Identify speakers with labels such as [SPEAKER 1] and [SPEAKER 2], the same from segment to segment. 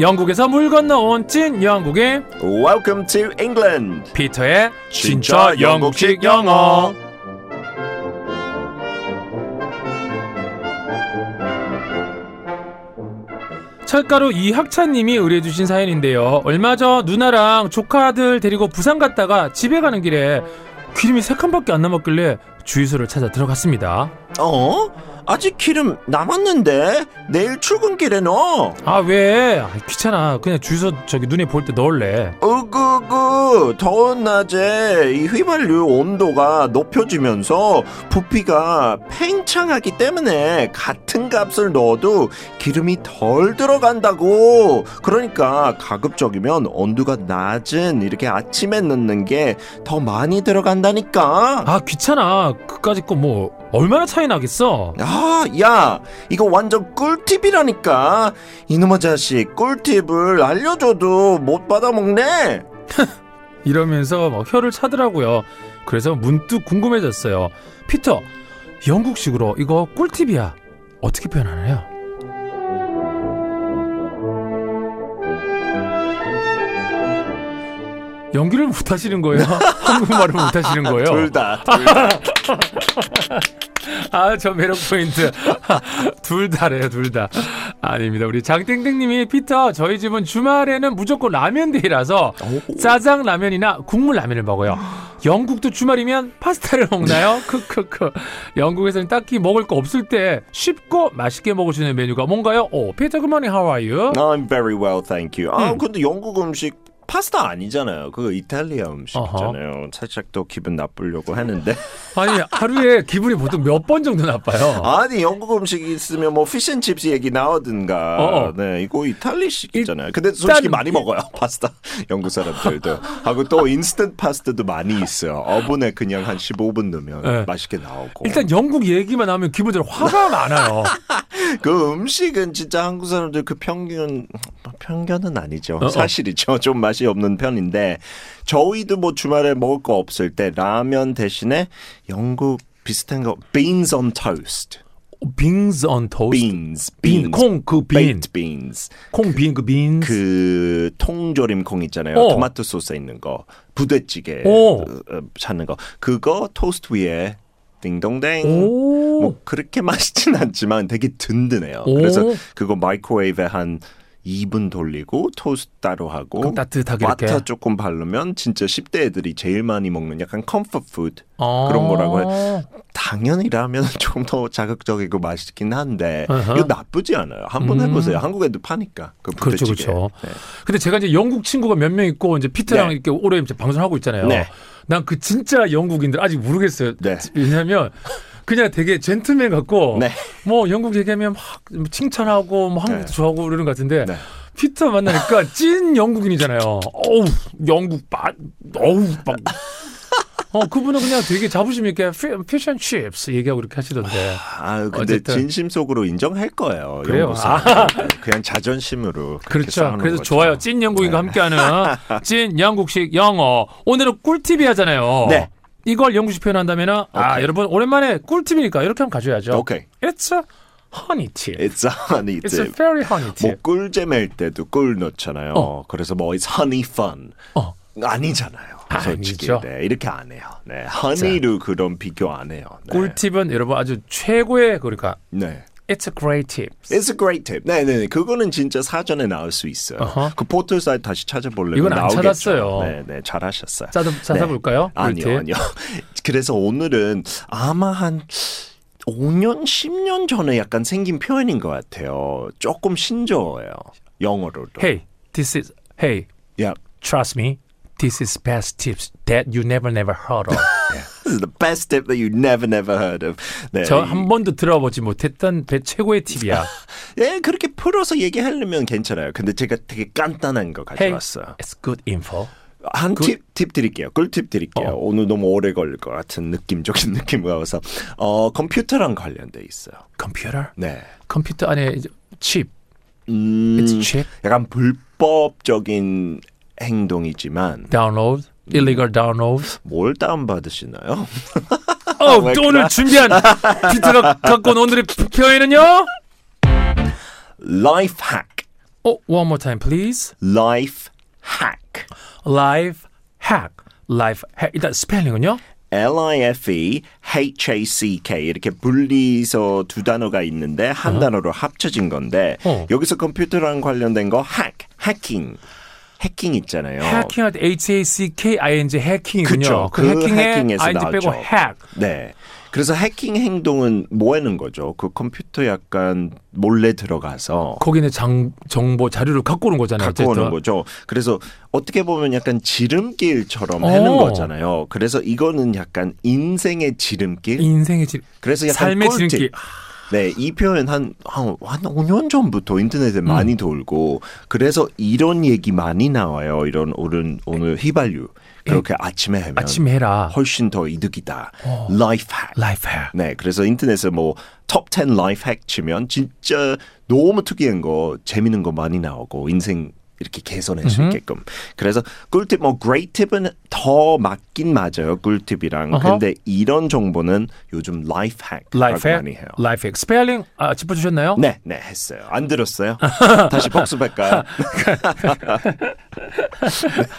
[SPEAKER 1] 영국에서 물 건너온 찐 영국인
[SPEAKER 2] Welcome to England.
[SPEAKER 1] 피터의 진짜 영국식 영어. 철가루 이학찬님이 의뢰해주신 사연인데요. 얼마 전 누나랑 조카들 데리고 부산 갔다가 집에 가는 길에 기름이 세 칸밖에 안 남았길래 주유소를 찾아 들어갔습니다.
[SPEAKER 2] 어? 아직 기름 남았는데 내일 출근길에 넣어.
[SPEAKER 1] 아 왜? 아, 귀찮아. 그냥 주유소 저기 눈에 보일 때 넣을래.
[SPEAKER 2] 으그그 더운 낮에 이 휘발유 온도가 높여지면서 부피가 팽창하기 때문에 같은 값을 넣어도 기름이 덜 들어간다고 그러니까 가급적이면 온도가 낮은 이렇게 아침에 넣는 게 더 많이 들어간다니까
[SPEAKER 1] 아 귀찮아. 그까짓 거 뭐 얼마나 차이 나겠어?
[SPEAKER 2] 아, 야, 이거 완전 꿀팁이라니까. 이놈의 자식, 꿀팁을 알려줘도 못 받아먹네.
[SPEAKER 1] 이러면서 막 혀를 차더라고요. 그래서 문득 궁금해졌어요. 피터, 영국식으로 이거 꿀팁이야. 어떻게 표현하나요? 연기를 못 하시는 거예요? 한국말을 못 하시는 거예요?
[SPEAKER 2] 둘 다, 둘 다.
[SPEAKER 1] 아, 저 매력 포인트. 둘 다래요, 둘 다. 아닙니다. 우리 장땡땡님이 피터, 저희 집은 주말에는 무조건 라면데이라서 짜장 라면이나 국물 라면을 먹어요. 영국도 주말이면 파스타를
[SPEAKER 2] 네.
[SPEAKER 1] 먹나요? 크크크. 영국에서는 딱히 먹을 거 없을 때 쉽고 맛있게 먹을 수 있는 메뉴가 뭔가요? 오, 피터 그머니 how are you?
[SPEAKER 2] I'm very well, thank you. 아, 근데 영국 음식 파스타 아니잖아요. 그거 이탈리아 음식이잖아요. 살짝 또 기분 나쁘려고 하는데.
[SPEAKER 1] 아니, 하루에 기분이 보통 몇 번 정도 나빠요?
[SPEAKER 2] 아니, 영국 음식 있으면 뭐 피쉬앤칩스 얘기 나오든가.
[SPEAKER 1] 어어.
[SPEAKER 2] 네, 이거 이탈리식이잖아요. 근데 솔직히
[SPEAKER 1] 일단-
[SPEAKER 2] 많이 먹어요, 파스타. 영국 사람들도. 하고 또 인스턴트 파스타도 많이 있어요. 어분에 그냥 한 15분 넣으면
[SPEAKER 1] 네.
[SPEAKER 2] 맛있게 나오고.
[SPEAKER 1] 일단 영국 얘기만 하면 기본적으로 화가 많아요.
[SPEAKER 2] 그 음식은 진짜 한국 사람들 그 평균 편견은 아니죠.
[SPEAKER 1] 어.
[SPEAKER 2] 사실이죠. 좀 맛이 없는 편인데 저희도 뭐 주말에 먹을 거 없을 때 라면 대신에 영국 비슷한 거 beans on toast.
[SPEAKER 1] 빙스 on toast.
[SPEAKER 2] beans
[SPEAKER 1] 빈, 콩, 그 빈.
[SPEAKER 2] baked beans.
[SPEAKER 1] 콩, 빈, 그 빈.
[SPEAKER 2] 그 통조림 콩 있잖아요.
[SPEAKER 1] 어.
[SPEAKER 2] 토마토 소스에 있는 거. 부대찌개
[SPEAKER 1] 오.
[SPEAKER 2] 어, 찾는 거. 그거 토스트 위에 띵동댕.
[SPEAKER 1] 오.
[SPEAKER 2] 뭐 그렇게 맛있진 않지만 되게 든든해요.
[SPEAKER 1] 오.
[SPEAKER 2] 그래서 그거 마이크로웨이브에 한 2분 돌리고 토스트 따로 하고
[SPEAKER 1] 그럼 따뜻하게
[SPEAKER 2] 와타
[SPEAKER 1] 이렇게.
[SPEAKER 2] 조금 바르면 진짜 10대 애들이 제일 많이 먹는 약간 컴포트 푸드
[SPEAKER 1] 아.
[SPEAKER 2] 그런 거라고 해. 당연히 라면 은 좀 더 자극적이고 맛있긴 한데
[SPEAKER 1] 아하.
[SPEAKER 2] 이거 나쁘지 않아요. 한번
[SPEAKER 1] 음.
[SPEAKER 2] 해보세요. 한국에도 파니까 그
[SPEAKER 1] 그렇죠,
[SPEAKER 2] 부대찌개.
[SPEAKER 1] 그렇죠.
[SPEAKER 2] 네.
[SPEAKER 1] 근데 제가 이제 영국 친구가 몇 명 있고 이제 피터랑
[SPEAKER 2] 네.
[SPEAKER 1] 이렇게 오래 이제 방송하고 있잖아요.
[SPEAKER 2] 네.
[SPEAKER 1] 난 그 진짜 영국인들 아직 모르겠어요.
[SPEAKER 2] 네.
[SPEAKER 1] 왜냐하면 그냥 되게 젠틀맨 같고
[SPEAKER 2] 네.
[SPEAKER 1] 뭐 영국 얘기하면 막 칭찬하고 뭐 한국도
[SPEAKER 2] 네.
[SPEAKER 1] 좋아하고 그러는 것 같은데
[SPEAKER 2] 네.
[SPEAKER 1] 피터 만나니까 찐 영국인이잖아요. 어우 영국 맛 어우 막 어, 그분은 그냥 되게 자부심 있게 피쉬 앤 칩스 얘기하고 이렇게 하시던데.
[SPEAKER 2] 아 근데
[SPEAKER 1] 어쨌든.
[SPEAKER 2] 진심 속으로 인정할 거예요.
[SPEAKER 1] 그래요? 아.
[SPEAKER 2] 영국 사람들. 그냥 자존심으로 그렇게
[SPEAKER 1] 그렇죠.
[SPEAKER 2] 싸우는
[SPEAKER 1] 그래서
[SPEAKER 2] 거죠. 네.
[SPEAKER 1] 좋아요. 찐 영국인과 함께하는 찐 영국식 영어. 오늘은 꿀팁이 하잖아요.
[SPEAKER 2] 네.
[SPEAKER 1] 이걸 영국식 표현한다면 은아
[SPEAKER 2] 오케이.
[SPEAKER 1] 여러분 오랜만에 꿀팁이니까 이렇게 한번 가져야죠.
[SPEAKER 2] 오케이.
[SPEAKER 1] It's a honey tip.
[SPEAKER 2] It's a honey
[SPEAKER 1] It's a
[SPEAKER 2] tip.
[SPEAKER 1] very honey
[SPEAKER 2] 뭐
[SPEAKER 1] tip.
[SPEAKER 2] 꿀잼일 때도 꿀 넣잖아요.
[SPEAKER 1] 어.
[SPEAKER 2] 그래서 뭐 it's honey fun
[SPEAKER 1] 어.
[SPEAKER 2] 아니잖아요. 솔직히
[SPEAKER 1] 아니죠.
[SPEAKER 2] 네, 이렇게 안 해요. 네, 허니로 그런 비교 안 해요. 네.
[SPEAKER 1] 꿀팁은 여러분 아주 최고의 그러니까
[SPEAKER 2] 네.
[SPEAKER 1] It's a great tip.
[SPEAKER 2] It's a great tip. 네, 네, 네. 그거는 진짜 사전에 나올 수 있어요.
[SPEAKER 1] 어허.
[SPEAKER 2] 그 포털 사이트 다시 찾아보려면
[SPEAKER 1] 이건 안
[SPEAKER 2] 나오겠죠.
[SPEAKER 1] 찾았어요.
[SPEAKER 2] 네, 네, 잘하셨어요.
[SPEAKER 1] 짜도 찾아볼까요?
[SPEAKER 2] 아니요,
[SPEAKER 1] 꿀팁.
[SPEAKER 2] 아니요. 그래서 오늘은 아마 한 5년, 10년 전에 약간 생긴 표현인 것 같아요. 조금 신조어예요. 영어로도.
[SPEAKER 1] Hey, this is Hey,
[SPEAKER 2] Yeah.
[SPEAKER 1] trust me. This is best tips that you never never heard of.
[SPEAKER 2] This is the best tip that you never never heard of. 네.
[SPEAKER 1] 저 한 번도 들어보지 못했던 배- 최고의 팁이야.
[SPEAKER 2] 예, 그렇게 풀어서 얘기하려면 괜찮아요. 근데 제가 되게 간단한 거
[SPEAKER 1] Hey,
[SPEAKER 2] 가져왔어요.
[SPEAKER 1] it's good info.
[SPEAKER 2] 한 팁 팁 드릴게요. 꿀팁 드릴게요.
[SPEAKER 1] 그 어.
[SPEAKER 2] 오늘 너무 오래 걸릴 것 같은 느낌적인 느낌이 와서 어, 컴퓨터랑 관련돼 있어요.
[SPEAKER 1] 컴퓨터?
[SPEAKER 2] 네.
[SPEAKER 1] 컴퓨터 안에 이제 칩.
[SPEAKER 2] 음,
[SPEAKER 1] It's chip.
[SPEAKER 2] 약간 불법적인 행동이지만
[SPEAKER 1] Download.
[SPEAKER 2] 음.
[SPEAKER 1] Illegal download.
[SPEAKER 2] 뭘 다운 받으시나요?
[SPEAKER 1] 어, 또 오늘 준비한 피트가 갖고 온 오늘의 표- 표현은요?
[SPEAKER 2] life hack.
[SPEAKER 1] 어, one more time, please.
[SPEAKER 2] life hack.
[SPEAKER 1] Life hack. Life hack. 일단 스펠링은요?
[SPEAKER 2] L I F E H A C K 이렇게 분리해서 두 단어가 있는데 한 단어로 합쳐진 건데
[SPEAKER 1] 어.
[SPEAKER 2] 여기서 컴퓨터랑 관련된 거 hack, 해킹, 해킹 있잖아요.
[SPEAKER 1] 해킹할 때 H A C K I N G 해킹이군요.
[SPEAKER 2] 그쵸.
[SPEAKER 1] 그
[SPEAKER 2] 그
[SPEAKER 1] 해킹에
[SPEAKER 2] 해킹에서
[SPEAKER 1] I N G 빼고
[SPEAKER 2] 나왔죠.
[SPEAKER 1] hack.
[SPEAKER 2] 네. 그래서 해킹 행동은 뭐 하는 거죠? 그 컴퓨터 약간 몰래 들어가서
[SPEAKER 1] 거기는 장, 정보 자료를 갖고 오는 거잖아요.
[SPEAKER 2] 갖고
[SPEAKER 1] 어쨌든.
[SPEAKER 2] 오는 거죠. 그래서 어떻게 보면 약간 지름길처럼
[SPEAKER 1] 어.
[SPEAKER 2] 하는 거잖아요. 그래서 이거는 약간 인생의 지름길.
[SPEAKER 1] 인생의 질.
[SPEAKER 2] 그래서 약간
[SPEAKER 1] 삶의
[SPEAKER 2] 꿀팁.
[SPEAKER 1] 지름길.
[SPEAKER 2] 네, 이 표현 한, 한, 한 5년 전부터 인터넷에
[SPEAKER 1] 음.
[SPEAKER 2] 많이 돌고, 그래서 이런 얘기 많이 나와요. 이런 오른, 오늘 휘발유. 그렇게 아침에 하면
[SPEAKER 1] 예. 아침에 어. 해라.
[SPEAKER 2] 훨씬 더 이득이다. 라이프 하
[SPEAKER 1] Life hack.
[SPEAKER 2] 네, 그래서 인터넷에 뭐, 톱10 라이프 핵 치면 진짜 너무 특이한 거, 재밌는 거 많이 나오고, 인생 이렇게 개선할 수 있게끔. 그래서 꿀팁, 뭐, great 팁은 더 맞긴 맞아요. 꿀팁이랑.
[SPEAKER 1] 어허.
[SPEAKER 2] 근데 이런 정보는 요즘 라이프 핵.
[SPEAKER 1] Life
[SPEAKER 2] 많이
[SPEAKER 1] hack.
[SPEAKER 2] 해요.
[SPEAKER 1] Life hack. 스펠링 아, 짚어주셨나요?
[SPEAKER 2] 네, 네, 했어요. 안 들었어요. 다시
[SPEAKER 1] 어?
[SPEAKER 2] 복습할까요?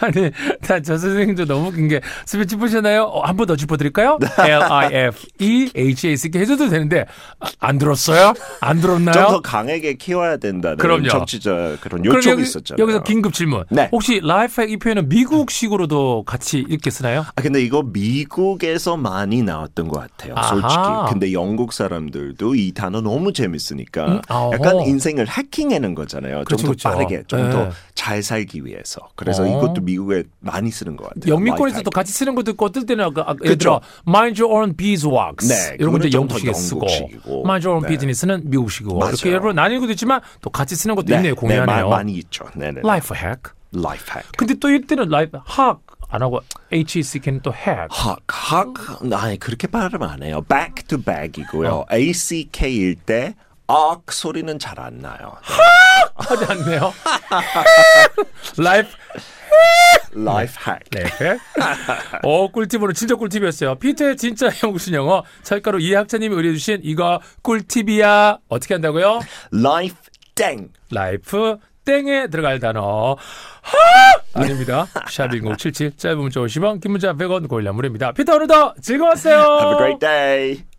[SPEAKER 1] 아니, 난저 선생님도 너무 웃긴 게 스펠 짚으셨나요? 어, 한번 더 짚어드릴까요? L I F E H A C K 해줘도 되는데 아, 안 들었어요? 안
[SPEAKER 2] 좀
[SPEAKER 1] 들었나요?
[SPEAKER 2] 더 강하게 키워야 된다는
[SPEAKER 1] 그럼요.
[SPEAKER 2] 정치자 그런
[SPEAKER 1] 그럼
[SPEAKER 2] 요청이
[SPEAKER 1] 여기-
[SPEAKER 2] 있었잖아요.
[SPEAKER 1] 여기서 긴급 질문.
[SPEAKER 2] 네.
[SPEAKER 1] 혹시 라이프 핵이 표현은 미국식으로도 같이 이렇게 쓰나요?
[SPEAKER 2] 아, 근데 이거 미국에서 많이 나왔던 것 같아요. 솔직히.
[SPEAKER 1] 아하.
[SPEAKER 2] 근데 영국 사람들도 이 단어 너무 재밌으니까
[SPEAKER 1] 음, 아오.
[SPEAKER 2] 약간 인생을 해킹하는 거잖아요.
[SPEAKER 1] 그렇죠,
[SPEAKER 2] 좀
[SPEAKER 1] 그렇죠.
[SPEAKER 2] 더 빠르게, 좀
[SPEAKER 1] 네.
[SPEAKER 2] 더 잘 살기 위해서. 그래서
[SPEAKER 1] 어.
[SPEAKER 2] 이것도 미국에 많이 쓰는 것 같아요.
[SPEAKER 1] 영미권에서도
[SPEAKER 2] 라이프
[SPEAKER 1] 같이 쓰는 것도 있고 어떨 때는 아까 아까 예를 들어 mind your own beeswax
[SPEAKER 2] 네,
[SPEAKER 1] 이런
[SPEAKER 2] 그거는
[SPEAKER 1] 것도
[SPEAKER 2] 좀더
[SPEAKER 1] 영국식에 쓰고
[SPEAKER 2] 영국식이고.
[SPEAKER 1] mind your own
[SPEAKER 2] 네.
[SPEAKER 1] business는 미국식이고
[SPEAKER 2] 맞아요.
[SPEAKER 1] 이렇게 여러 나뉘고도 있지만 또 같이 쓰는 것도
[SPEAKER 2] 네,
[SPEAKER 1] 있네요
[SPEAKER 2] 네, 마-
[SPEAKER 1] 공연해요
[SPEAKER 2] 많이 있죠. 네네.
[SPEAKER 1] life hack
[SPEAKER 2] 라이프 핵.
[SPEAKER 1] 근데 또 이때는 life hack 안 하고 h e c k는 또 hack
[SPEAKER 2] 학, 학, 아니 그렇게 발음 안 해요. back to back이고요.
[SPEAKER 1] 어.
[SPEAKER 2] ACK일 때 악 소리는 잘 안 나요.
[SPEAKER 1] 하지 않네요 life
[SPEAKER 2] Life hack.
[SPEAKER 1] 네. 어, 꿀팁으로 진짜 꿀팁이었어요. 피터의 진짜 영국식 영어 철가루 이학자님이 의뢰해주신 이거 꿀팁이야 어떻게 한다고요?
[SPEAKER 2] Life 땡.
[SPEAKER 1] 라이프 땡에 들어갈 단어 하! 아닙니다. 샵1077 짧은 문자 50원 긴 문자 100원 고일라 무료입니다. 피터 오늘도 즐거웠어요.
[SPEAKER 2] Have a great day.